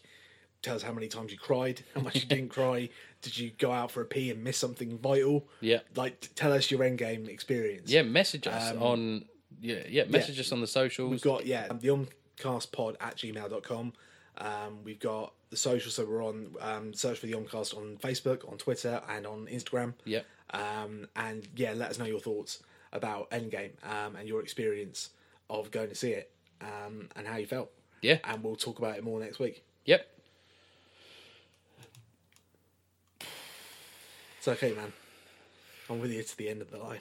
tell us how many times you cried, how much you didn't cry. Did you go out for a pee and miss something vital? Yeah. Like, t- tell us your Endgame experience. Yeah, message us on. Yeah, yeah, message us on the socials. Um, We've got, yeah, um, the omcastpod at gmail.com. Um, we've got the socials, so we're on, um, search for the Omcast on Facebook, on Twitter, and on Instagram. Yep. Um, and yeah, let us know your thoughts about Endgame um, and your experience of going to see it um, and how you felt. Yeah. And we'll talk about it more next week. Yep. It's okay, man. I'm with you to the end of the line.